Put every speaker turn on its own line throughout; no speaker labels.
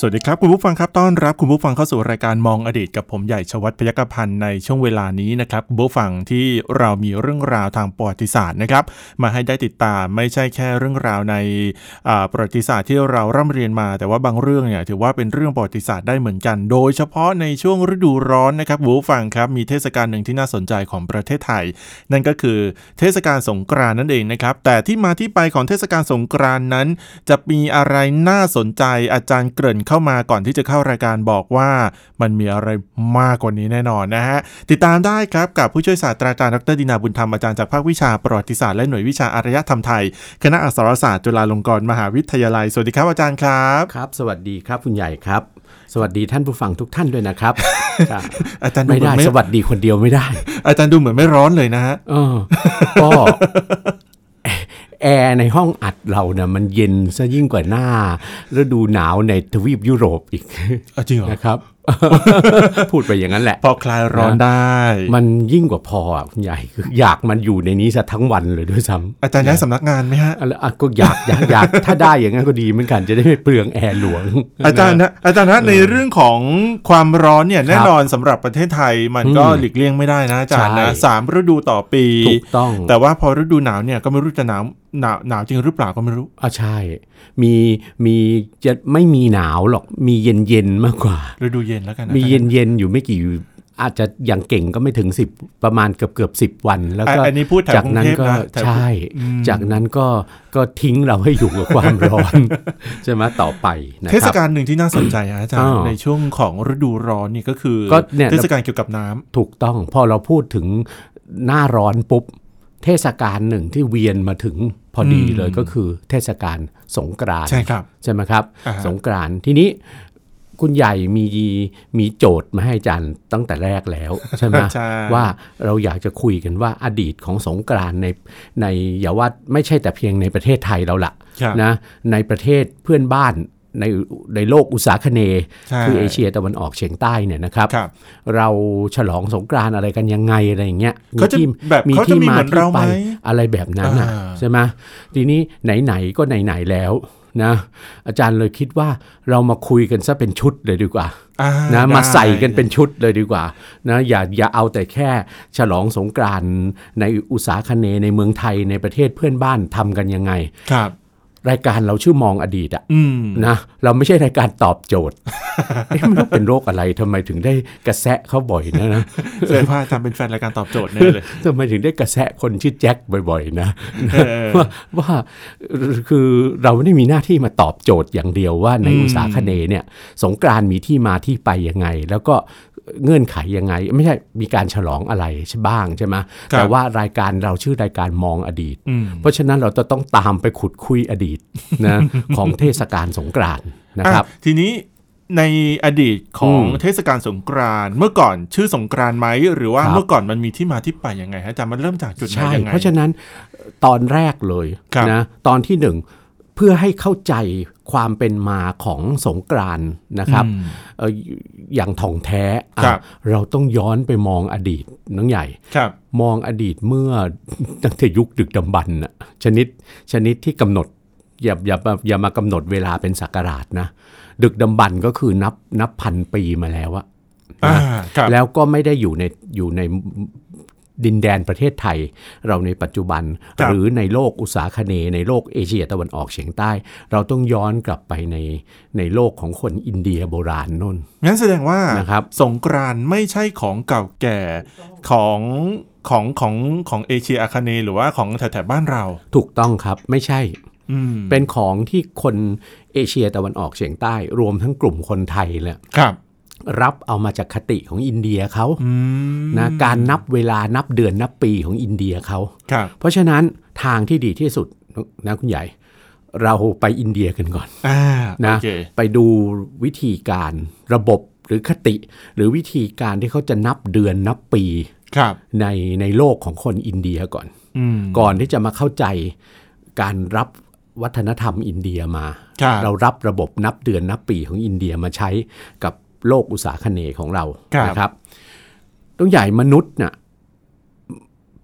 สวัสดีครับ คุณผู้ฟังครับต้อนรับคุณผู้ฟังเข้าสู่รายการมองอดีตกับผมใหญ่ชวัฒน์พยกพันธ์ในช่วงเวลานี้นะครับคุณผู้ฟังที่เรามีเรื่องราวทางประวัติศาสตร์นะครับ มาให้ได้ติดตามไม่ใช่แค่เรื่องราวในอ่าประวัติศาสตร์ที่เราร่ำเรียนมา แต่ว่าบางเรื่องเนี่ยถือว่าเป็นเรื่องประวัติศาสตร์ได้เหมือนกัน โดยเฉพาะในช่วงฤดูร้อนนะครับคุณผู้ฟังครับมีเทศกาลหนึ่งที่น่าสนใจของประเทศไทย นั่นก็คือเทศกาลสงกรานต์นั่นเองนะครับ แต่ที่มาที่ไปของเทศกาลสงกรานต์นั้น จะมีอะไรน่าสนใจอาจารย์เกริ่นเข้ามาก่อนที่จะเข้ารายการบอกว่า มันมีอะไรมากกว่านี้แน่นอนนะฮะ ติดตามได้ครับกับผู้ช่วยศาสตราจารย์ดรดินาบุญธรรมอาจารย์จากภาควิชาประวัติศาสตร์และหน่วยวิชาอารยธรรมไทย คณะอักษรศาสตร์จุฬาลงกรณ์มหาวิทยาลัยสวัสดีครับอาจารย์ครับ
ครับ สวัสดีครับคุณใหญ่ครับ สวัสดีท่านผู้ฟังทุกท่านด้วย นะครับ ครับ
อาจารย์ดู
ไม่
เหมื
ได้
อนไม่
สวัสดีคนเดียวไม่ได้
อาจารย์ดูเหมือนไม่ร้อนเลยนะฮะ
เออก็ แอร์ในห้องอัดเราเนี่ยมันเย็นซะยิ่งกว่าหน้าฤดูหนาวในทวีปยุโรปอี ก
อ่ะจริงเหรอ
นะครับ พูดไปอย่างนั้นแหละ
พอคลายร้อนได้
มันยิ่งกว่าพออ่ะคุณใหญ่คืออยากมันอยู่ในนี้ซะทั้งวันเลยด้วยซ้ำ
อาจารย์ย้ายสำนักงานไหมฮะ
อ่ะแล้วอ่ะก็อยากอยากอยากถ้าได้อย่างนั้นก็ดีเหมือนกันจะได้ไม่เปลืองแอร์หล วง
อาจารย์นะอาจารย์นะในเรื่องของความร้อนเนี่ยแน่นอนสำหรับประเทศไทยมันก็หลีกเลี่ยงไม่ได้นะอาจารย์นะ
ใช่
สามฤดูต่อปี
ถูกต้อง
แต่ว่าพอฤดูหนาวเนี่ยก็ไม่รู้จะหนาวหนาวหนาวจริงหรือเปล่าก็ไม่รู้
อ่าใช่ มีมีจะไม่มีหนาวหรอก มีเย็นเย็นๆมากกว่า
ฤดูเย็นแล้วกันะ
มีเย็นเย็นๆอยู่ไม่กี่ อาจจะอย่างเก่งก็ไม่ถึง 10 ประมาณเกือบเกือบสิวัน แล้ว
อ่ะ
ก็
อันนี้พูดแถว
จาก
กรุง
นั้น
เทพ
ก็
นะแถว
ใช่
อืม
จากนั้นก็ก็ทิ้งเราให้อยู่กับความร้ อน ใช่ไหมต่อไปนะ
เท
ค
ศ
รับ
กาลหนึ่งที่น่าสนใจนะอาจาร
อ้า
ย์
ว
ในช่วงของฤดูร้อนนี่ก็คือ
ก็เนี่ย
เทศกาลเกี่ยวกับน้ำ
ถูกต้องพอเราพูดถึงหน้าร้อนปุ๊บ เทศกาลหนึ่งที่เวียนมาถึงพอดีเลยก็คือ เทศกาลสงกรานต์
ใช่ครับ
ใช่ไหมครับ
อ่าฮะ
สงกรานต์ทีนี้คุณใหญ่มีมีโจทย์มาให้อาจารย์ตั้งแต่แรกแล้ว ใช่ไหม
ใช่
ว่าเราอยากจะคุยกันว่าอดีตของสงกรานต์ในในอย่าว่าไม่ใช่แต่เพียงในประเทศไทยเราละ
ครับ
นะในประเทศเพื่อนบ้านในในโลกอุตสาคเนย์
ใช่
คือเอเชียตะวันออกเฉียงใต้เนี่ยนะครับ
ครับ
เราฉลองสงกรานต์อะไรกันยังไงอะไรอย่างเงี้ย
เขาจะ
ที่
แบบเขาจะมีเหมือนเราไหม
อะไรแบบนั้นน่ะ
อ่า
ใช่ไหมทีนี้ไหนๆก็ไหนๆแล้วนะอาจารย์เลยคิดว่าเรามาคุยกันซะเป็นชุดเลยดีกว่า
อ่
นะมาใส่กันเป็น
ได้
ชุดเลยดีกว่านะอย่าอย่าเอาแต่แค่ฉลองสงกรานต์ในอุตสาคเนย์ในเมืองไทยในประเทศเพื่อนบ้านทำกันยังไง
ครับ
รายการเราชื่อมองอดีตอะ
อืม
นะเราไม่ใช่รายการตอบโจทย์ เอ๊ะมันต้องเป็นโรคอะไรทำไมถึงได้กระแสะเขาบ่อยนะนะ
เสื้อผ้าทำเป็นแฟนรายการตอบโจทย์แน่เลย
ทำไมถึงได้กระแสะคนชื่อแจ็คบ่อยๆนะ
เออ
ว่า ว่าคือเราไม่ได้มีหน้าที่มาตอบโจทย์อย่างเดียวว่าใน
อืม
อุตสาคเนย์เนี่ย สงกรานต์มีที่มาที่ไปยังไง แล้วก็เงื่อนไขยังไง ไม่ใช่มีการฉลองอะไรใช่บ้างใช่ไหมแต่ว่ารายการเราชื่อรายการมองอดีต
อืม
เพราะฉะนั้นเราจะต้องตามไปขุดคุยอดีต นะ ของเทศกาลสงกรานต์นะครับ
อ่ะทีนี้ในอดีตของ
อืม
เทศกาลสงกรานต์เมื่อก่อนชื่อสงกรานต์ไหมหรือว่า
ครับ
เมื่อก่อนมันมีที่มาที่ไปยังไงฮะอาจารย์มันเริ่มจากจุดไหน
ใช่
ยังไง
เพราะฉะนั้นตอนแรกเลย
ครับ
นะตอนที่หนึ่งเพื่อให้เข้าใจความเป็นมาของสงกรานต์นะครับ
อืม
เอ่ออย่างถ่องแท้อ่ะ
ครับ
เราต้องย้อนไปมองอดีตน้องใหญ่
ครับ
มองอดีตเมื่อ ตั้งแต่ยุคดึกดำบรรพ์น่ะชนิดชนิดที่กำหนดอย่าอย่าอย่าอย่ามากำหนดเวลาเป็นศักราชนะ ดึกดำบรรพ์ก็คือนับนับพันปีมาแล้วอะ
อ่าครับ
แล้วก็ไม่ได้อยู่ในอยู่ในดินแดนประเทศไทย เราในปัจจุบัน
ครับ
หรือในโลกอุตสาคเนย์ในโลกเอเชียตะวันออกเฉียงใต้ เราต้องย้อนกลับไปในในโลกของคนอินเดียโบราณนน่น
งั้นแสดงว่า
นะครับ
สงกรานต์ไม่ใช่ของเก่าแก่ของของของของเอเชียอาคาเนย์หรือว่าของแถบๆบ้านเรา
ถูกต้องครับไม่ใช่
อืม
เป็นของที่คนเอเชียตะวันออกเฉียงใต้ รวมทั้งกลุ่มคนไทยแหละ
ครับ
รับเอามาจากคติของอินเดียเขา
อืม
นะการนับเวลานับเดือนนับปีของอินเดียเขา
ครับ
เพราะฉะนั้นทางที่ดีที่สุดนะคุณใหญ่ เราไปอินเดียกันก่อน
อ่า
นะ
โอเค
ไปดูวิธีการระบบหรือคติ หรือวิธีการที่เขาจะนับเดือนนับปี
ครับ
ในในโลกของคนอินเดียก่อน
อืม
ก่อนที่จะมาเข้าใจการรับวัฒนธรรมอินเดียมา
ครับ
เรารับระบบนับเดือนนับปีของอินเดียมาใช้กับโลกอุตสาคเนย์ของเรา
ครับ
นะครับต้องใหญ่มนุษย์น่ะ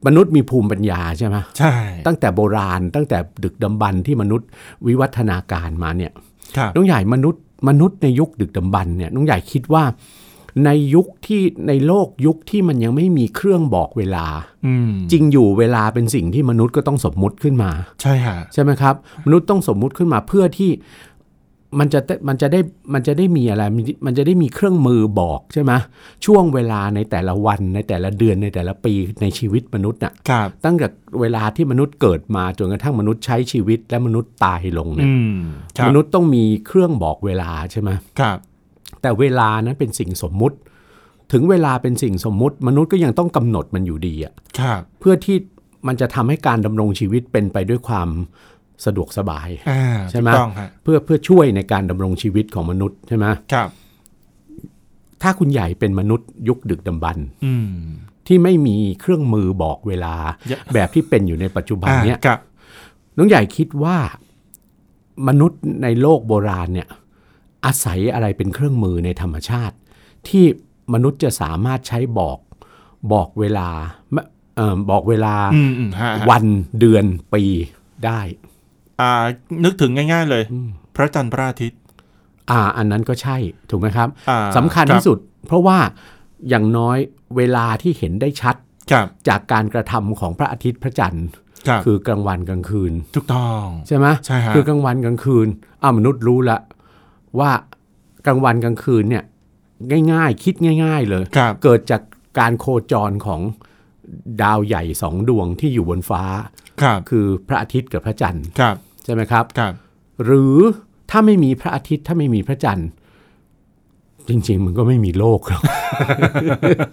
มนุษย์มีภูมิปัญญาใช่ไหม
ใช่
ตั้งแต่โบราณ ตั้งแต่ดึกดำบรรพ์ที่มนุษย์วิวัฒนาการมาเนี่ย
ครับ
น้องใหญ่มนุษย์มนุษย์ในยุคดึกดำบรรพ์เนี่ยน้องใหญ่คิดว่า ในยุคที่ในโลกยุคที่มันยังไม่มีเครื่องบอกเวลา
อืม
จริงอยู่เวลาเป็นสิ่งที่มนุษย์ก็ต้องสมมุติขึ้นมา
ใช่ฮะ
ใช่ไหมครับ มนุษย์ต้องสมมุติขึ้นมาเพื่อที่มันจะมันจะได้มันจะได้มีอะไรมันมันจะได้มีเครื่องมือบอกใช่ไหมช่วงเวลาในแต่ละวันในแต่ละเดือนในแต่ละปีในชีวิตมนุษย์น่ะ
ครับ
ตั้งแต่เวลาที่มนุษย์เกิดมาจนกระทั่งมนุษย์ใช้ชีวิตและมนุษย์ตายลงเนี่ย
อืมครับ
มนุษย์ต้องมีเครื่องบอกเวลาใช่ไหม
ครับ
แต่เวลานั้นเป็นสิ่งสมมุติ ถึงเวลาเป็นสิ่งสมมุติ มนุษย์ก็ยังต้องกำหนดมันอยู่ดีอะ
ครับ
เพื่อที่มันจะทำให้การดำรงชีวิตเป็นไปด้วยความสะดวกสบาย
อ่า
ใช่ไหม
ถูกต้องฮะ
เพื่อเพื่อช่วยในการดำรงชีวิตของมนุษย์ใช่ไหม
ครับ
ถ้าคุณใหญ่เป็นมนุษย์ยุคดึกดำบรรพ์
อืม
ที่ไม่มีเครื่องมือบอกเวลา
เยอะ
แบบที่เป็นอยู่ในปัจจุบันเนี้ย
อ่าครับ
น้องใหญ่คิดว่ามนุษย์ในโลกโบราณเนี่ยอาศัยอะไรเป็นเครื่องมือในธรรมชาติ ที่มนุษย์จะสามารถใช้บอกบอกเวลาเออบอกเวลา
อืมอืมฮะฮะ
วันเดือนปีได้
อ่า นึกถึงง่าย ๆ เลย พระจันทร์พระอาทิตย์
อ่าอันนั้นก็ใช่ถูกไหมครับ
อ่า
สำคัญ
ครับ
ที่สุด เพราะว่าอย่างน้อยเวลาที่เห็นได้ชัด
ครับ
จากการกระทำของพระอาทิตย์พระจันทร์
ครับ
คือกลางวันกลางคืน
ถูกต้อง
ใช่ไหม
ใช่ฮะ
คือกลางวันกลางคืนอ้าวมนุษย์รู้ละว่ากลางวันกลางคืนเนี่ยง่ายๆ คิดง่าย ๆ เลย
ครับ
เกิดจากการโคจรของดาวใหญ่สองดวงที่อยู่บนฟ้า
ครับ
คือพระอาทิตย์กับพระจันทร์
ครับ
ใช่ไหมครับ
ครับ
หรือถ้าไม่มีพระอาทิตย์ถ้าไม่มีพระจันทร์ จริง ๆ มันก็ไม่มีโลกหร อก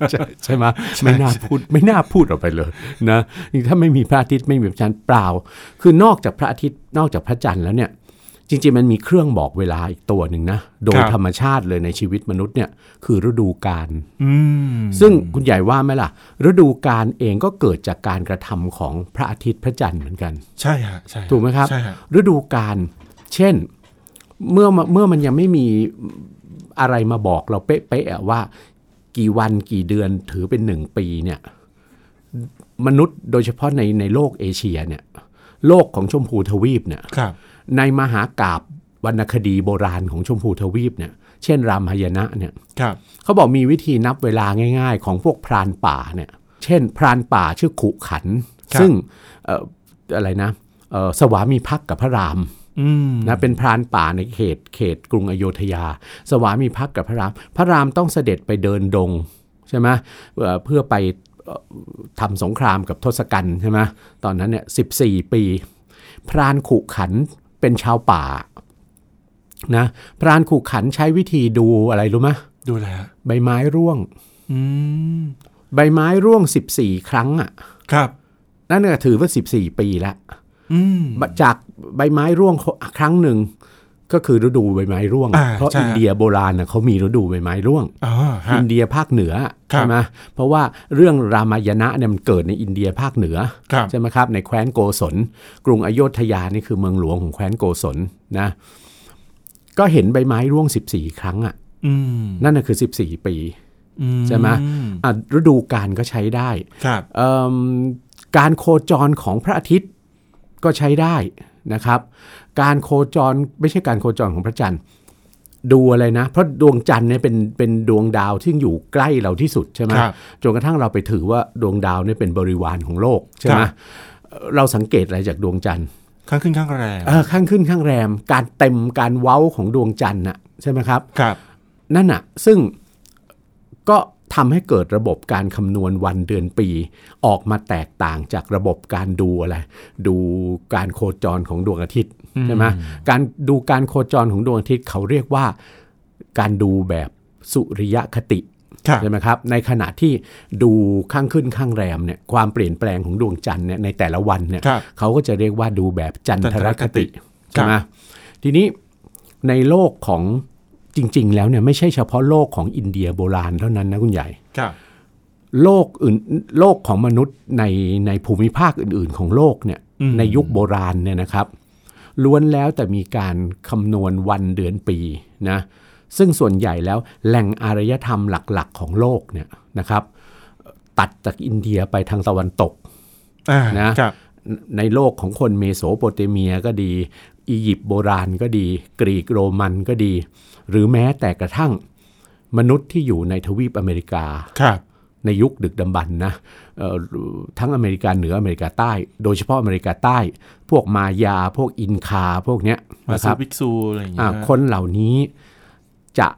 ใช่ใช่ไหมไม่น่าพูดไม่น่าพูดออกไปเลยนะถ้าไม่มีพระอาทิตย์ไม่มีพระจันทร์เปล่า คือนอกจากพระอาทิตย์นอกจากพระจันทร์แล้วเนี่ย จริง ๆ มันมีเครื่องบอกเวลาอีกตัวหนึ่งนะโดย
ครับ
ธรรมชาติเลยในชีวิตมนุษย์เนี่ยคือฤดูกาล
อืม
ซึ่งคุณใหญ่ว่าไหมล่ะ ฤดูกาลเองก็เกิดจากการกระทำของพระอาทิตย์พระจันทร์เหมือนกัน
ใช่ฮะใช่ฮะ
ถูกไหมครับ
ใช่ฮะ
ฤดูกาลเช่นเมื่อมาเมื่อมันยังไม่มีอะไรมาบอกเราเป๊ะๆอะว่า กี่วันกี่เดือนถือเป็นหนึ่งปีเนี่ยมนุษย์โดยเฉพาะในในโลกเอเชียเนี่ยโลกของชมพูทวีปเนี่ย
ครับ
ในมหากาบวรรณคดีโบราณของชมพูทวีปเนี่ยเช่นรามหายนะเนี่ย
ครับ
เขาบอกมีวิธีนับเวลาง่าย ๆ ของพวกพรานป่าเนี่ยเช่น พรานป่าชื่อขุขัน ซึ่งเอ่ออะไรนะเอ่อสวามีภักดิ์กับพระราม
อืม
นะเป็นพรานป่าในเขตเขตกรุงอโยธยา สวามีภักดิ์กับพระราม พระรามต้องเสด็จไปเดินดงใช่ไหมเอ่อเพื่อไปเอ่อทำสงครามกับทศกัณฐ์ใช่ไหมตอนนั้นเนี่ยสิปี พรานขู่ขันเป็นชาวป่านะพรานขู่ขันใช้วิธีดูอะไรรู้ไหม
ดูแลฮะ
ใบไม้ร่วง
อืม
ใบไม้ร่วง 14 ครั้งอ่ะ
ครับ
นั่นก็ถือว่า 14 ปีแล้ว
อืม
จากใบไม้ร่วงครั้งหนึ่งก็คือฤดูใบไม้ร่วง
อ่า
เพราะ
ใช่
อินเดียโบราณนะเขามีฤดูใบไม้ร่วง
อ๋อฮะ
อินเดียภาคเหนือ
ครับ
ใช่ไหมเพราะว่าเรื่องรามายณะเนี่ยมันเกิดในอินเดียภาคเหนือ
ครับ
ใช่ไหมครับในแคว้นโกศลกรุงอโยธยานี่คือเมืองหลวงของแคว้นโกศลนะก็เห็นใบไม้ร่วง 14 ครั้งอ่ะ
อืม
นั่นน่ะคือ 14 ปี
อื
ใช่ไหมอ่ะฤดูกาลก็ใช้ได้
ครับ
เอิ่มการโคจรของพระอาทิตย์ก็ใช้ได้นะครับ การโคจรไม่ใช่การโคจรของพระจันทร์ ดูอะไรนะ เพราะดวงจันทร์เนี่ยเป็นเป็นดวงดาวที่อยู่ใกล้เราที่สุดใช่ไหม
ครับ
จนกระทั่งเราไปถือว่าดวงดาวเนี่ยเป็นบริวารของโลกใช่ไหม
ครับ
เราสังเกตอะไรจากดวงจันทร์
ข้างขึ้นข้างแรง
เออข้างขึ้นข้างแรม การเต็มการเว้าของดวงจันทร์น่ะใช่ไหมครับ
ครับ
นั่นน่ะซึ่งก็ทำให้เกิดระบบการคำนวณวันเดือนปี ออกมาแตกต่างจากระบบการดูอะไรดูการโคจรของดวงอาทิตย์ใช่ไหมการดูการโคจรของดวงอาทิตย์เขาเรียกว่าการดูแบบสุริยคติ
ครับ
ใช่ไหมครับในขณะที่ดูข้างขึ้นข้างแรมเนี่ยความเปลี่ยนแปลงของดวงจันทร์เนี่ยในแต่ละวันเนี่ย
ครับ
เขาก็จะเรียกว่าดูแบบจันทรคติ
จันทรคติ
ใช่ไหมทีนี้ในโลกของจริง ๆ แล้วเนี่ยไม่ใช่เฉพาะโลกของอินเดียโบราณเท่านั้นนะคุณใหญ่
ครับ
โลกอื่นโลกของมนุษย์ในในภูมิภาคอื่น ๆ ของโลกเนี่ย
อืม
ในยุคโบราณเนี่ยนะครับ ล้วนแล้วแต่มีการคำนวณวันเดือนปีนะซึ่งส่วนใหญ่แล้วแหล่งอารยธรรมหลักๆ ของโลกเนี่ยนะครับ ตัดจากอินเดียไปทางตะวันตก
อ่า
นะ
ครับ
ในโลกของคนเมโสโปเตเมียก็ดี อียิปต์โบราณก็ดี กรีกโรมันก็ดี หรือแม้แต่กระทั่งมนุษย์ที่อยู่ในทวีปอเมริกา
ครับ
ในยุคดึกดำบรรพ์นะเอ่อทั้งอเมริกาเหนืออเมริกาใต้ โดยเฉพาะอเมริกาใต้ พวกมายาพวกอินคาพวกเนี้ย
มา
นะค
ซื้
รั
อบ วิกซูอะไรอย่างเงี้
อ่าย คนเหล่านี้จะ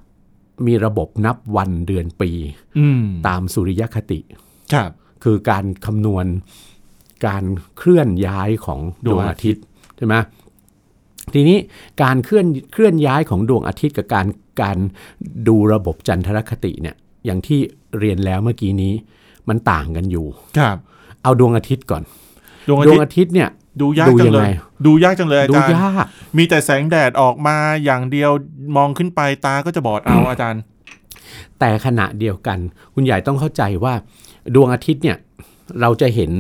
มีระบบนับวันเดือนปี
อืม
ตามสุริยคติ
ครับ
คือการคำนวณการเคลื่อนย้ายของดวงอาทิตย์ใช่ไหมทีนี้การเคลื่อนเคลื่อนย้ายของดวงอาทิตย์กับการการดูระบบจันทรคติเนี่ยอย่างที่เรียนแล้วเมื่อกี้นี้มันต่างกันอยู่
ครับ
เอาดวงอาทิตย์ก่อน
ดวงอา
ดว
ทิ
ง
ต
อา
ย์
ทิตย์เนี่ย
ดูยาก
ดู
จั
ยัง ง
เล
ไง
ย ดูยากจังเลยอา
ดู
จารย์
ยาก
มีแต่แสงแดดออกมาอย่างเดียวมองขึ้นไปตาก็จะบอดเอาอาจารย์
แต่ขณะเดียวกัน คุณใหญ่ต้องเข้าใจว่าดวงอาทิตย์เนี่ยเราจะเห็น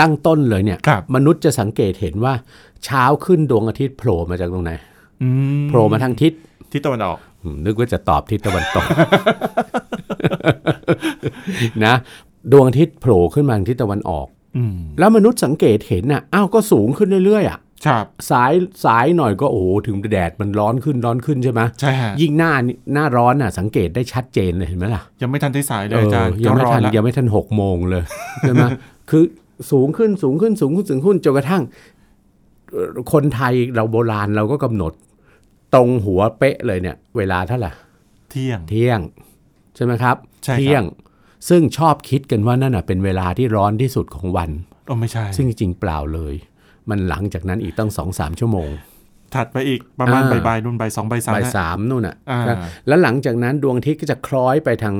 ตั้งต้นเลยเนี่ย
ครับ
มนุษย์จะสังเกตเห็นว่าเช้าขึ้นดวงอาทิตย์โผล่มาจากตรงไหน
อื
โผล่มาทางทิศ
ที่ตะวันออก
อืมนึกว่าจะตอบทิศตะวันตก นะดวงอาทิตย์โผล่ขึ้นมาทางทิศตะวันออก
อืม
แล้วมนุษย์สังเกตเห็นน่ะอ้าวก็สูงขึ้นเรื่อยๆอ่ะ
ครับ
สายสายหน่อยก็โอ้โหถึงแดดมันร้อนขึ้นร้อนขึ้นใช่ไหม
ใช่ฮะ
ยิ่งหน้านี่หน้าร้อนน่ะ สังเกตได้ชัดเจนเลยเห็นไหมล่ะ
ยังไม่ทันที่สายเลยอาจารย์
ยั
ก็
งไม่
ร้อ
ทั
น
น
ละ
ยังไม่ทันหกโมงเลยใช่ไหม คือสูงขึ้นสูงขึ้นสูงขึ้นสูงขึ้นจนกระทั่งเอ่อคนไทยเราโบราณเราก็กำหนด ตรงหัวเป๊ะเลยเนี่ย เวลาเท่าไหร่
เที่ยง
เที่ยง ใช่ไหมครับ
ใช่ครับ
เที่ยงซึ่งชอบคิดกันว่านั่นน่ะเป็นเวลาที่ร้อนที่สุดของวัน
โอ้ไม่ใช่
ซึ่งจริงๆเปล่าเลย มันหลังจากนั้นอีกตั้งสองสามชั่วโมง
ถัดไปอีกประมาณ
อ่า
บ่ายๆนู่นบ่ายสองบ่ายสาม
บ่าย
ฮะ
สามนู่นน่ะ
อ่า
ครับแล้วหลังจากนั้นดวงอาทิตย์ก็จะคล้อยไปทาง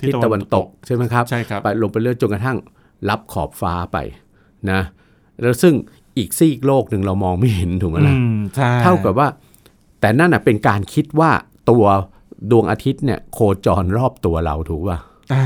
ทิศ
ทิศตะวันตกใช่ไหมครับ
ใช่ครับ
ไปลงไปเรื่อยจนกระทั่งรับขอบฟ้าไปนะแล้วซึ่งอีกซีกโลกหนึ่งเรามองไม่เห็นถูกไหม
อื
ล่ะ
มใช่
เท่ากับว่า แต่นั่นน่ะเป็นการคิดว่าตัวดวงอาทิตย์เนี่ยโคจรรอบตัวเราถูกป่ะ
อ่า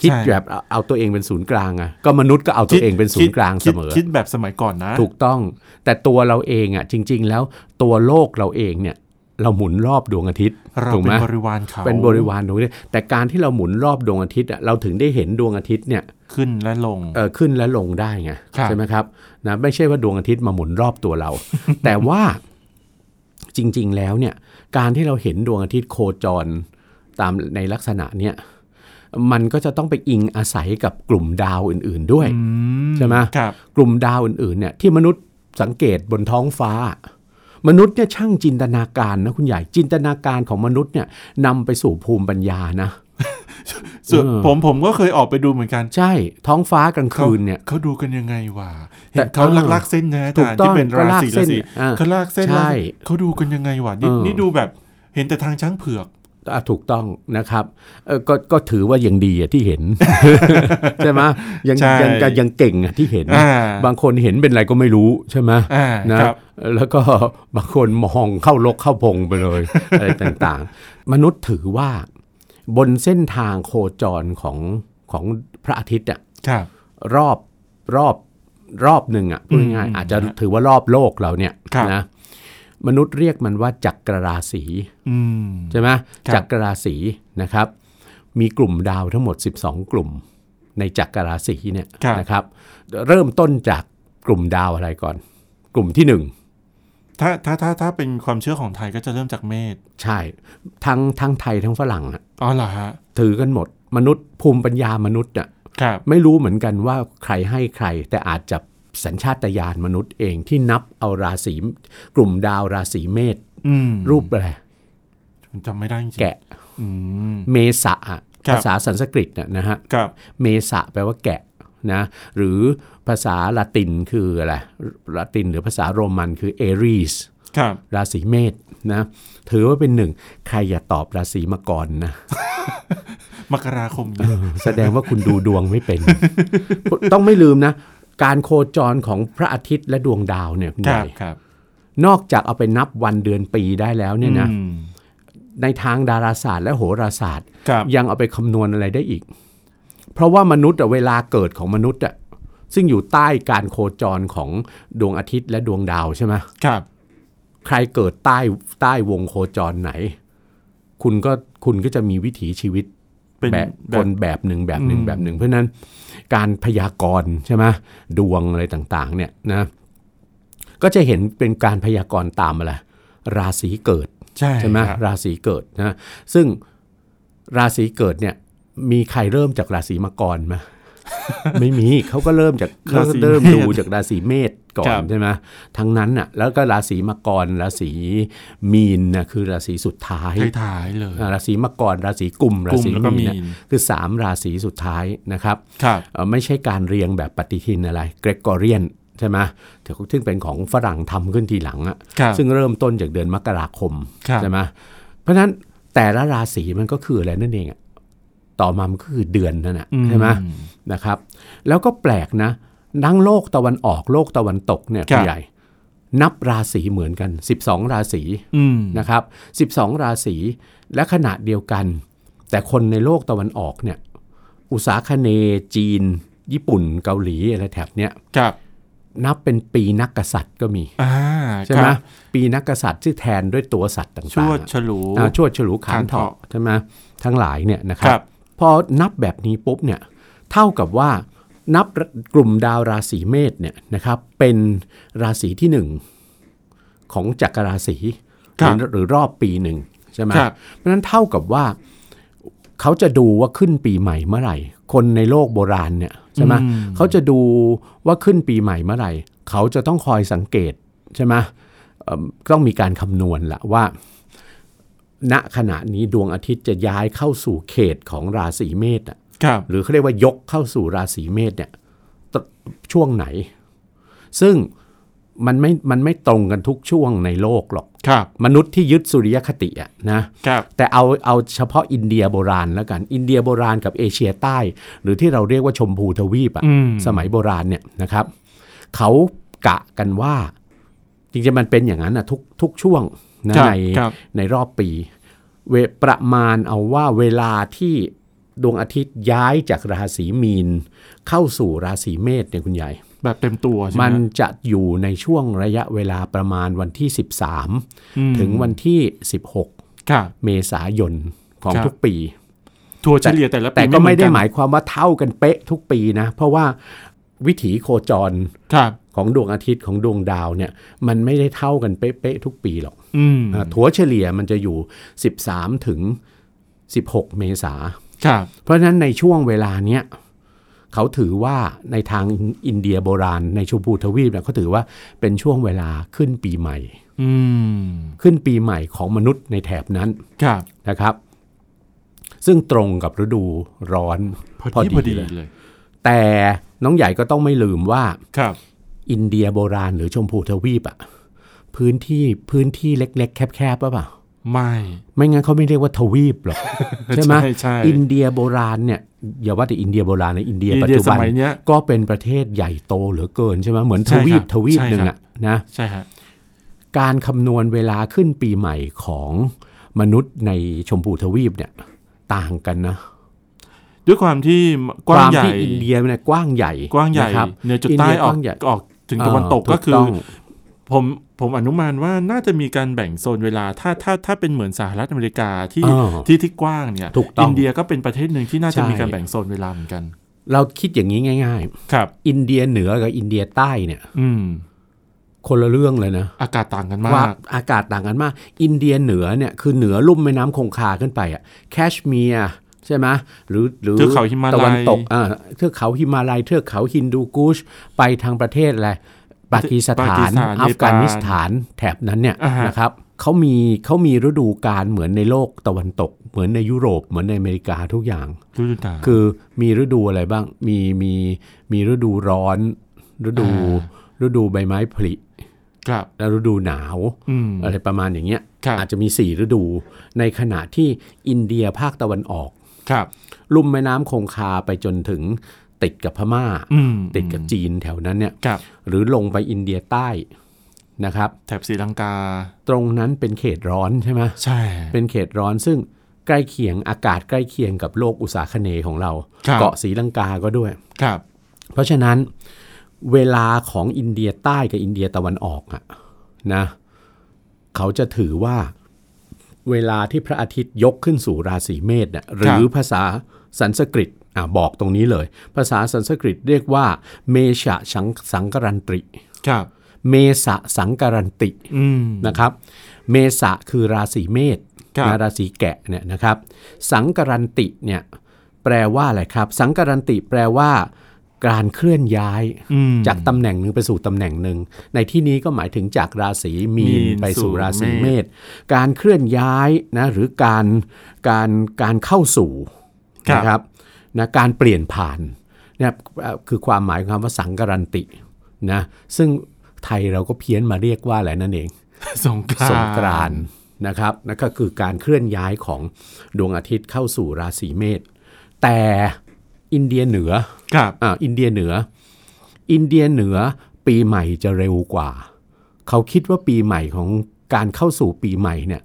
คิด
ใช่
แบบเอาเอาตัวเองเป็นศูนย์กลางอะก็มนุษย์ก็เอาตัวเองเป็นศูนย์กลาง
คิ
เส
ด
มอ
คิดแบบสมัยก่อนนะ
ถูกต้อง แต่ตัวเราเองอะจริง ๆ แล้วตัวโลกเราเองเนี่ย เราหมุนรอบดวงอาทิตย์
เรา
ถูก
เป็
ไหม
นบริวารเขา
เป็นบริวารดวงอาทิตย์แต่การที่เราหมุนรอบดวงอาทิตย์อะเราถึงได้เห็นดวงอาทิตย์เนี่ย
ขึ้นและลง
เอ่อขึ้นและลงได้ไง
ครับ
ใช่ไหมครับนะไม่ใช่ว่าดวงอาทิตย์มาหมุนรอบตัว เรา แต่ว่าจริง ๆ แล้วเนี่ย การที่เราเห็นดวงอาทิตย์โคจรตามในลักษณะเนี่ยมันก็จะต้องไปอิงอาศัยกับกลุ่มดาวอื่น ๆด้วย
อื
ใช่ไหม
ครับ
กลุ่มดาวอื่นๆเนี่ยที่มนุษย์สังเกตบนท้องฟ้า มนุษย์เนี่ยช่างจินตนาการนะคุณใหญ่จินตนาการของมนุษย์เนี่ยนำไปสู่ภูมิปัญญานะ
ส่วน
เออ
ผมผมก็เคยออกไปดูเหมือนกัน
ใช่ท้องฟ้ากลางคืนเนี่ย
เขาดูกันยังไงวะ
แต่
เห็นเขา
เออ
ลากลากเส้นนะอา
ถู
จาร
ก
ย์
ต้อง
ที่เป็นราศี
เขาลาก
ราน
เส้
ศี
อ่า
เขาลากเส้น
ใช่
ลากเขาดูกันยังไงวะนี่
เออ
นี่ดูแบบเห็นแต่ทางช้างเผือก
อ่ะถูกต้องนะครับเอ่อก็ก็ถือว่ายังดีอะที่เห็น ใช่ไหมยัง
ใช่
ยังยังยังเก่งอะที่เห็น
อ่า
บางคนเห็นเป็นอะไรก็ไม่รู้ใช่ไหม
อ่า
นะครับ แล้วก็ บางคนมองเข้าลกเข้าพงไปเลย อะไรต่างๆ มนุษย์ถือว่าบนเส้นทางโคจรของของพระอาทิตย์อะ
ครับ
รอบรอบรอบหนึ่งอะพูดง่าย
อืม
ๆอาจจะถือว่ารอบโลกเราเนี่ย
ครับ
นะมนุษย์เรียกมันว่าจักรราศี
อืม
ใช่ไหม
ครับ
จักรราศีนะครับ มีกลุ่มดาวทั้งหมด 12 กลุ่ม ในจักรราศีเนี่ยนะครับ เริ่มต้นจากกลุ่มดาวอะไรก่อน กลุ่มที่หนึ่ง
ถ้าถ้าถ้าถ้าเป็นความเชื่อของไทยก็จะเริ่มจากเมษ
ใช่ทั้งทั้งไทยทั้งฝรั่งอะ
อ๋อเหรอฮะ
ถือกันหมด มนุษย์ภูมิปัญญามนุษย์อะ
ครับ
ไม่รู้เหมือนกันว่าใครให้ใคร แต่อาจจะสัญชาตญาณมนุษย์เองที่นับเอาราศีกลุ่มดาวราศีเมษ
อืม
รูปอะไร
ผมจำไม่ได้จริงๆ
แกะ
อืม
เมษะอะ
ครับ
ภาษาสันสกฤตน่ะนะฮะ
ครับ
เมษะแปลว่าแกะนะหรือภาษาละตินคืออะไรละตินหรือภาษาโรมันคือเอรีส
ครับ
ราศีเมษนะถือว่าเป็นหนึ่ง ใครอย่าตอบราศีมังกรนะ
มกราคมเนี่ย
แสดงว่าคุณดูดวงไม่เป็น ต้องไม่ลืมนะ การโคจรของพระอาทิตย์และดวงดาวเนี่ยคุณ
ค
ให
รั
ญ่
บครับ
นอกจากเอาไปนับวันเดือนปีได้แล้วเนี่ยนะ
อืม
ในทางดาราศาสตร์และโหราศาสตร์
ครับ
ยังเอาไปคำนวณอะไรได้อีก เพราะว่ามนุษย์อะเวลาเกิดของมนุษย์อะซึ่งอยู่ใต้การโคจรของดวงอาทิตย์และดวงดาวใช่ไหม
ครับ
ใครเกิดใต้ใต้วงโคจรไหน คุณก็คุณก็จะมีวิถีชีวิต
เป็น
แบบ
แบ
ค
บ
นแบบหนึ่งแบบหนึ่ง
อืม
แบบหนึ่ง เพราะฉะนั้นการพยากรณ์ใช่ไหมดวงอะไรต่างๆเนี่ยนะก็จะเห็นเป็นการพยากรณ์ตามอะไรราศีเกิด
ใช่
ใช่ไหม
ครับ
ราศีเกิดนะซึ่งราศีเกิดเนี่ยมีใครเริ่มจากราศีมังกร ไหม ไม่มีเขาก็เริ่มจากเขาก็เริ่มดูจากราศีเมษก่อนใช่ไหมทั้งนั้นน่ะแล้วก็ราศีมังกรราศีมีนนะคือราศีสุดท้าย
ท้ายๆเลย
อ่าราศีมังกรราศีกุมราก
ลุ่ม
ศี
แล้วก็มี
มีนนะ คือ 3 ราศีสุดท้ายนะครับ
ครับ
เอ่อไม่ใช่การเรียงแบบปฏิทินอะไรเกรกอเรียนใช่ไหมถือซึ่งเป็นของฝรั่งทำขึ้นทีหลังอะ
ครับ
ซึ่งเริ่มต้นจากเดือนมกราคม
ครับ
ใช่ไหมเพราะฉะนั้นแต่ละราศีมันก็คืออะไรนั่นเองอะต่อมามันก็คือเดือนนั่นแหะ
อื
ใช่ไหมนะครับ แล้วก็แปลกนะทั้งโลกตะวันออกโลกตะวันตกเนี่ยคุณใหญ่ นับราศีเหมือนกัน 12 ราศี
อืม
นะครับ12 ราศีและขณะเดียวกัน แต่คนในโลกตะวันออกเนี่ยอุตสาคเนย์จีน ญี่ปุ่นเกาหลีอะไรแถบเนี้ย
ครับ
นับเป็นปีนักกษัตริย์ก็มี
อ่า
ใช่ไหม
ครับ
ปีนักกษัตริย์ที่แทนด้วยตัวสัตว์ต่างๆ
ชวดฉลู
อ่าชวดฉลูขันเถาะ
ขันเถาะ
ใช่ไหมทั้งหลายเนี่ยนะค
ค
รั
รับ บ
พอนับแบบนี้ปุ๊บเนี่ยเท่ากับว่านับกลุ่มดาวราศีเมษเนี่ยนะครับเป็นราศีที่หนึ่งของจักรราศีห
ครั
รื
บ
อหรือรอบปีหนึ่งใช่ไหม
ครับ
เพราะฉะนั้นเท่ากับว่าเขาจะดูว่าขึ้นปีใหม่เมื่อไหร่ คนในโลกโบราณเนี่ยใช่ไหม
อื
เขาจะดูว่าขึ้นปีใหม่เมื่อไหร่ เขาจะต้องคอยสังเกตใช่ไหมเอิ่มต้องมีการคำนวณละว่า ณขณะนี้ดวงอาทิตย์จะย้ายเข้าสู่เขตของราศีเมษอะ
ครับ
หรือเขาเรียกว่ายกเข้าสู่ราศีเมษเนี่ยตช่วงไหน ซึ่งมันไม่มันไม่ตรงกันทุกช่วงในโลกหรอก
ครับ
มนุษย์ที่ยึดสุริยคติอะนะครับ แต่เอาเอาเฉพาะอินเดียโบราณแล้วกัน อินเดียโบราณกับเอเชียใต้ หรือที่เราเรียกว่าชมพูทวีปอะ
อืม
สมัยโบราณเนี่ยนะครับ เขากะกันว่า จริงๆมันเป็นอย่างนั้นนะทุกทุกช่วงนะครับ ใน
ครับ
ในรอบปีเวประมาณเอาว่าเวลาที่ดวงอาทิตย์ย้ายจากราศีมีน เข้าสู่ราศีเมษเนี่ยคุณใหญ่
แบบเต็มตัวใช่ไหม
มันจะอยู่ในช่วงระยะเวลาประมาณวันที่ 13
อืม
ถึงวันที่
ครับ
16 เมษายนของ
ครับ
ทุกปี
ทัวร์เฉลี่ยแต่ละปี
แต่ก็ไม่ได้
เอนน
หมายความว่าเท่ากันเป๊ะทุกปีนะ เพราะว่าวิถีโคจร
ครับ
ของดวงอาทิตย์ของดวงดาวเนี่ยมันไม่ได้เท่ากันเป๊ะๆทุกปีหรอก
อืม
อ่าถัวเฉลี่ยมันจะอยู่ 13 ถึง 16 เมษา
ครับ
เพราะฉะนั้นในช่วงเวลาเนี้ยเขาถือว่าในทางอินเดียโบราณในชมพูทวีปเนี่ยเขาถือว่าเป็นช่วงเวลาขึ้นปีใหม่
อืม
ขึ้นปีใหม่ของมนุษย์ในแถบนั้น
ครับ
นะครับ ซึ่งตรงกับฤดูร้อน
พอดีพ
พ
อ
อดี
ดี
เลย
เลย
แต่น้องใหญ่ก็ต้องไม่ลืมว่า
ครับ
อินเดียโบราณหรือชมพูทวีปอะพื้นที่พื้นที่เล็ก ๆ แคบๆปะเปล่า
ไม่
ไม่งั้นเขาไม่เรียกว่าทวีป หรอก ใช่ไหม
ใช่
อินเดียโบราณเนี่ยอย่าว่าแต่อินเดียโบราณเลยอินเดีย
อิน
ปัจ
เดีย
จุ
ส
บัน
มัยเนี้ย
ก็เป็นประเทศใหญ่โตเหลือเกินใช่ไหมเหมือน
ใช่
ท
ค
วี
รั
ป
บ
ทวีป
ใช่
หนึ่ง
ครับ
อะนะ
ใช่ฮะ
การคำนวณเวลาขึ้นปีใหม่ของมนุษย์ในชมพูทวีปเนี่ยต่างกันนะ
ด้วยความที่ก
ค
ว้าง
วาม
ใหญ่
ที่อินเดียเนี่ยกว้างใหญ่
กว้างใหญ่
นะครับ
เหนือจุด
อิน
ใต้
เดีย
ออก
กว้างใหญ่
ออกถึงตะวันตก
เอ่อ
ก็คือ
ถูต้ง
ผมผมอนุมานว่าน่าจะมีการแบ่งโซนเวลาถ้าถ้าถ้าเป็นเหมือนสหรัฐอเมริกาที่
อ่า
ที่ที่กว้างเนี่ย
ถูกต้อง
นเดียก็เป็นประเทศหนึ่งที่น่าจะ
ใช่
มีการแบ่งโซนเวลาเหมือนกัน
เราคิดอย่างนี้ง่าย
ครับ
ๆ อินเดียเหนือกับอินเดียใต้เนี่ย
อืม
คนละเรื่องเลยนะ
อากาศต่างกัน
ว่าม
าก
อากาศต่างกันมาก อินเดียเหนือเนี่ยคือเหนือลุ่มแม่น้ำคงคาขึ้นไปอะแคชเมียร์ใช่ไหมหรือหรือ
เทือกเขาฮิมาลัย
ตะวันตกอ่าเทือกเขาฮิมาลัยเทือกเขาฮินดูกุชไปทางประเทศอะไรปากีสถาน อัฟกานิสถานแถบนั้นเนี่ย
อ่าฮะ
นะครับเขามีเขามีฤดูกาลเหมือนในโลกตะวันตก เหมือนในยุโรปเหมือนในอเมริกาทุกอย่าง
ฤดูหนาว
คือมีฤดูอะไรบ้าง มีมีมีฤดูร้อน ฤดู
อ่
ฤดูใบไม้ผลิ
ครับ
และฤดูหนาว
อืม
อะไรประมาณอย่างเงี้ย
ครับ
อาจจะมี 4 ฤดู ในขณะที่อินเดียภาคตะวันออก
ครับ
ลุ่มแม่น้ำคงคาไปจนถึงติดกับพม่า
อืม
ติดกับจีนแถวนั้นเนี่ย
ครับ
หรือลงไปอินเดียใต้นะครับ
แถบศรีลังกา
ตรงนั้นเป็นเขตร้อนใช่ไหม
ใช่
เป็นเขตร้อนซึ่ง ใกล้เคียงอากาศใกล้เคียงกับโลกอุตสาคเนย์ของเรา
ครับ
เกาะสีลังกาก็ด้วย
ครับ
เพราะฉะนั้นเวลาของอินเดียใต้กับอินเดียตะวันออกอะนะเขาจะถือว่าเวลาที่พระอาทิตย์ยกขึ้นสู่ราศีเมษน่ะหรือภาษาสันสกฤตอ่ะบอกตรงนี้เลย ภาษาสันสกฤตเรียกว่า เมษะสังสังกรันติ
ครับ
เมษะสังกรันติ
อืม
นะครับเมษะคือราศีเมษ
ครับ
นะราศีแกะเนี่ยนะครับสังกรันติเนี่ยแปลว่าอะไรครับ สังกรันติแปลว่าการเคลื่อนย้าย
อืม
จากตำแหน่งหนึ่งไปสู่ตำแหน่งหนึ่ง ในที่นี้ก็หมายถึงจากราศีมี
มี
น
น
ไปสู่
สู่
ราศี
เม
เม
ษ
ษการเคลื่อนย้ายนะหรือการการการเข้าสู่
ครับ
นะครับนะการเปลี่ยนผ่านเนี่ยเอ่อคือความหมายของคำว่าสังกรันตินะซึ่งไทยเราก็เพี้ยนมาเรียกว่าอะไรนั่นเอง
สงกรานต์
สงกรานต์นะครับนั่นก็คือการเคลื่อนย้ายของดวงอาทิตย์เข้าสู่ราศีเมษแต่อินเดียเหนือ
ครับ
อ่าอินเดียเหนือ อินเดียเหนือปีใหม่จะเร็วกว่า เขาคิดว่าปีใหม่ของการเข้าสู่ปีใหม่เนี่ย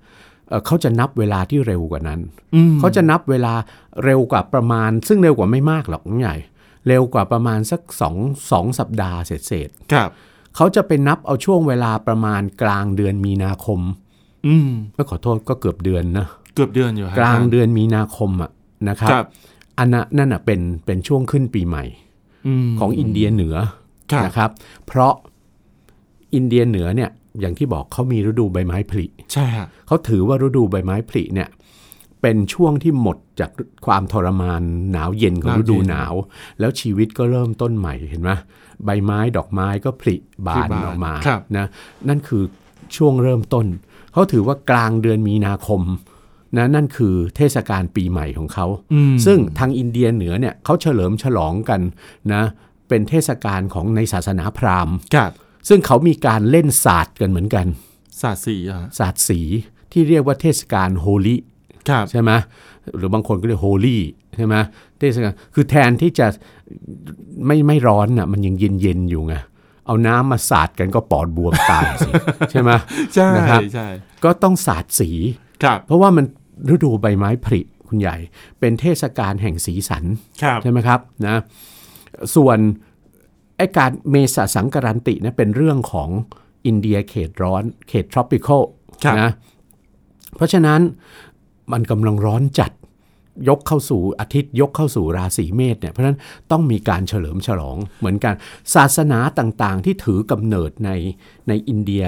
เอ่อเขาจะนับเวลาที่เร็วกว่านั้น
อืม
เขาจะนับเวลาเร็วกว่าประมาณ ซึ่งเร็วกว่าไม่มากหรอกคุณใหญ่ เร็วกว่าประมาณสักสองสองสัปดาห์เศษๆ
ครับ
เขาจะไปนับเอาช่วงเวลาประมาณกลางเดือนมีนาคม
อืม
เอ้ยขอโทษก็เกือบเดือนนะ
เกือบเดือนอยู่ฮะ
กลางเดือนมีนาคมอ่ะนะครับ
ครับ
อันนั้นนั่นอ่ะเป็นเป็นช่วงขึ้นปีใหม่
อืม
ของอินเดียเหนือ
ครับ
นะครับ เพราะอินเดียเหนือเนี่ยอย่างที่บอกเขามีฤดูใบไม้ผลิ
ใช่ฮะ
เขาถือว่าฤดูใบไม้ผลิเนี่ยเป็นช่วงที่หมดจากความทรมานหนาวเย็นของ
หนาว
ฤดู
เย็น
หนาว แล้วชีวิตก็เริ่มต้นใหม่เห็นไหมใบไม้ดอกไม้ก็ผลิบาน
ผลิบาน
ออกมา
ครับ
นะนั่นคือช่วงเริ่มต้น เขาถือว่ากลางเดือนมีนาคมนะนั่นคือเทศกาลปีใหม่ของเขา
อืม
ซึ่งทางอินเดียเหนือเนี่ยเขาเฉลิมฉลองกันนะเป็นเทศกาลของในศาสนาพราหมณ์
ครับ
ซึ่งเขามีการเล่นศาสตร์กันเหมือนกัน
ศาสตร์สีอะฮะ
ศาสตร์สีที่เรียกว่าเทศกาลโฮลิ
ครับ
ใช่ไหมหรือบางคนก็เรียกโฮลี่ใช่ไหมเทศกาลคือแทนที่จะไม่ไม่ร้อนน่ะมันยังเย็นเย็นๆอยู่ไงเอาน้ำมาสาดกันก็ปอดบวมตายสิ ใช่ไหม
ใช่
นะครับ
ใช่
ก็ต้องสาดสี
ครับ
เพราะว่ามันฤดูใบไม้ผลิคุณใหญ่ เป็นเทศกาลแห่งสีสัน
ครับ
ใช่ไหมครับนะส่วนไอการเมษาสังกรันติเนะเป็นเรื่องของอินเดียเขตร้อนเขต tropical
ครับ
นะเพราะฉะนั้นมันกำลังร้อนจัดยกเข้าสู่อาทิตย์ยกเข้าสู่ราศีเมษเนี่ยเพราะฉะนั้นต้องมีการเฉลิมฉลองเหมือนกัน ศาสนาต่างๆ ที่ถือกำเนิดในในอินเดีย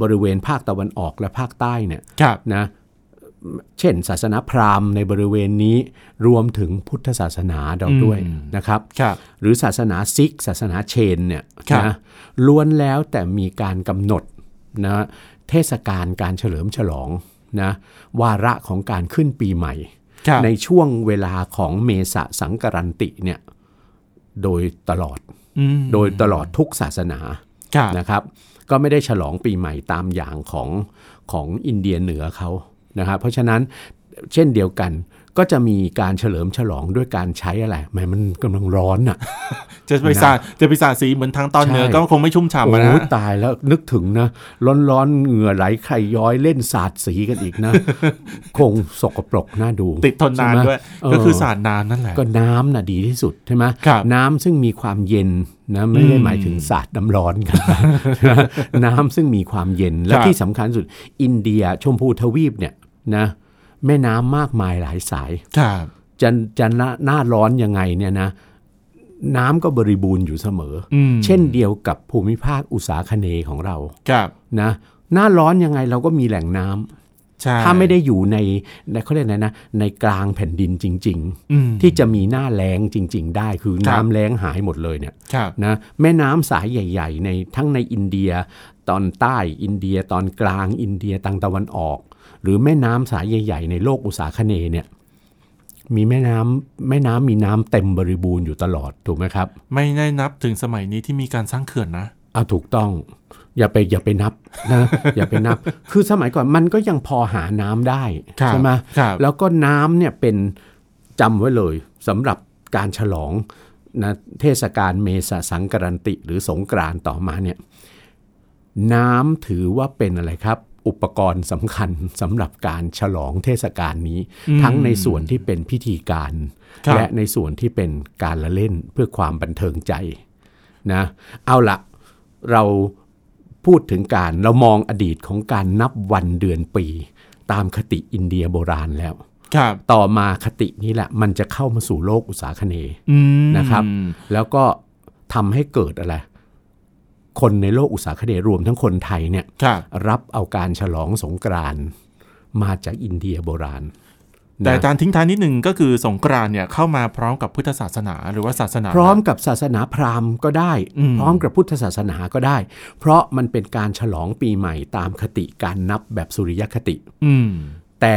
บริเวณภาคตะวันออกและภาคใต้เนี่ย
ครับ
นะเช่น ศาสนาพราหมณ์ในบริเวณนี้รวมถึงพุทธศาสนาเราด้วย
อืม
นะครับ
ครับ
หรือศาสนาซิก ศาสนาเชนเนี่ย
ครับ
นะล้วนแล้วแต่มีการกำหนดนะเทศกาลการเฉลิมฉลองนะวาระของการขึ้นปีใหม่
ครับ
ในช่วงเวลาของเมษะสังกรันติเนี่ยโดยตลอด
อืม
โดยตลอดทุกศาสนา
ครับ
นะครับก็ไม่ได้ฉลองปีใหม่ตามอย่างของของอินเดียเหนือเขานะครับเพราะฉะนั้นเช่นเดียวกันก็จะมีการเฉลิมฉลองด้วยการใช้อะไรแหมมันกำลังร้อนอ่ะ
จะไปศาสตร์จะไปศาสตร์สีเหมือนทางตอนเหนือ
ใช่
ก็คงไม่ชุ่มฉ่ำอะ
โอ้
นะ
ยตายแล้วนึกถึงนะร้อนๆเหงื่อไหลใครย้อยเล่นสาดสีกันอีกนะ คงสกปรกน่าดู
ติดทนนาน
ใช่ไหม
ด้วย
เออ
ก็คือศาสตร์นานนั่นแหละ
ก็น้ำน่ะดีที่สุดใช่ไหม
ครับ
น้ำซึ่งมีความเย็นนะไม่ได้
อืม
หมายถึงสาดน้ำร้อนกันนะ น้ำซึ่งมีความเย็นและ
ครับ
ที่สำคัญสุด อินเดียชมพูทวีปเนี่ยนะแม่น้ำมากมายหลายสาย
ครับ
จะจะหน้าหน้าร้อนยังไงเนี่ยนะน้ำก็บริบูรณ์อยู่เสมออ
อืม
เช่นเดียวกับภูมิภาคอุตสาคเนย์ของเรา
ครับ
นะหน้าร้อนยังไงเราก็มีแหล่งน้ำ
ใช่
ถ้าไม่ได้อยู่ในในเขาเรียกอะไรนะในกลางแผ่นดินจริง ๆ
อืม
ที่จะมีหน้าแล้งจริง ๆ ได้คือ
ครับ
น้ำแล้งหายหมดเลยเนี่ย
ครับ
นะแม่น้ำสายใหญ่ ๆ ในทั้งในอินเดีย ตอนใต้อินเดียตอนกลางอินเดียทางตะวันออก หรือแม่น้ำสายใหญ่ ๆ ในโลกอุตสาคเนย์เนี่ยมีแม่น้ำแม่น้ำมีน้ำเต็มบริบูรณ์อยู่ตลอดถูกไหมครับ
ไม่ได้นับถึงสมัยนี้ที่มีการสร้างเขื่อนนะ
อ่ะถูกต้อง อย่าไปอย่าไปนับนะ อย่าไปนับ คือสมัยก่อนมันก็ยังพอหาน้ำได้
ครับ
ใช่ไหม
ครับ
แล้วก็น้ำเนี่ยเป็นจำไว้เลยสำหรับการฉลองนะเทศกาลเมษาสังกรันติ หรือสงกรานต์ต่อมาเนี่ยน้ำถือว่าเป็นอะไรครับ อุปกรณ์สำคัญสำหรับการฉลองเทศกาลนี้ ทั้งในส่วนที่เป็นพิธีการ
ครับ
และในส่วนที่เป็นการละเล่นเพื่อความบันเทิงใจนะเอาละเราพูดถึงการเรามองอดีตของการนับวันเดือนปี ตามคติอินเดียโบราณแล้ว
ครับ
ต่อมาคตินี้แหละ มันจะเข้ามาสู่โลกอุตสาคเนย์
อืม
นะครับ แล้วก็ทำให้เกิดอะไร คนในโลกอุตสาหคเนย์รวมทั้งคนไทยเนี่ย
ครับ
รับเอาการฉลองสงกรานต์มาจากอินเดียโบราณ
แต่
นะ
อาจารย์ทิ้งท้ายนิดหนึ่งก็คือสงกรานต์เนี่ยเข้ามาพร้อมกับพุทธศาสนาหรือว่าศาสนา
พร้อมกับศาสนาพราหมณ์ก็ได้
อืม
พร้อมกับพุทธศาสนาก็ได้ เพราะมันเป็นการฉลองปีใหม่ตามคติการนับแบบสุริยคติ
อืม
แต่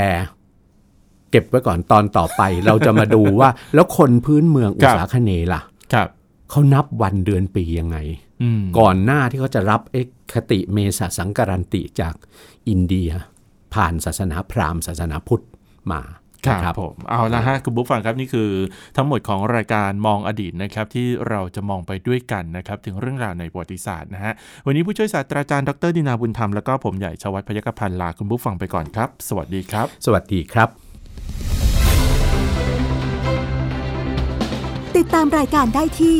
เก็บไว้ก่อนตอนต่อไป เราจะมาดูว่า แล้วคนพื้นเมืองอุตสาคเนย์ล่ะ
ครับ
เขานับวันเดือนปียังไง
อืม
ก่อนหน้าที่เขาจะรับเอกคติเมษสังกรันติจากอินเดีย ผ่านศาสนาพราหมณ์ศาสนาพุทธมา
ครับ
นะ
ผมเอาละฮะคุณบุ๊คฟังครับนี่คือทั้งหมดของรายการมองอดีตนะครับ ที่เราจะมองไปด้วยกันนะครับ ถึงเรื่องราวในประวัติศาสตร์นะฮะวันนี้ผู้ช่วยศาสตราจารย์ดรดินาบุญธรรมแล้วก็ผมใหญ่ชวัฒน์พยกพันธ์ลาคุณบุ๊คฟังไปก่อนครับ สวัสดีครับ
สวัสดีครับ
ติดตามรายการได้ที่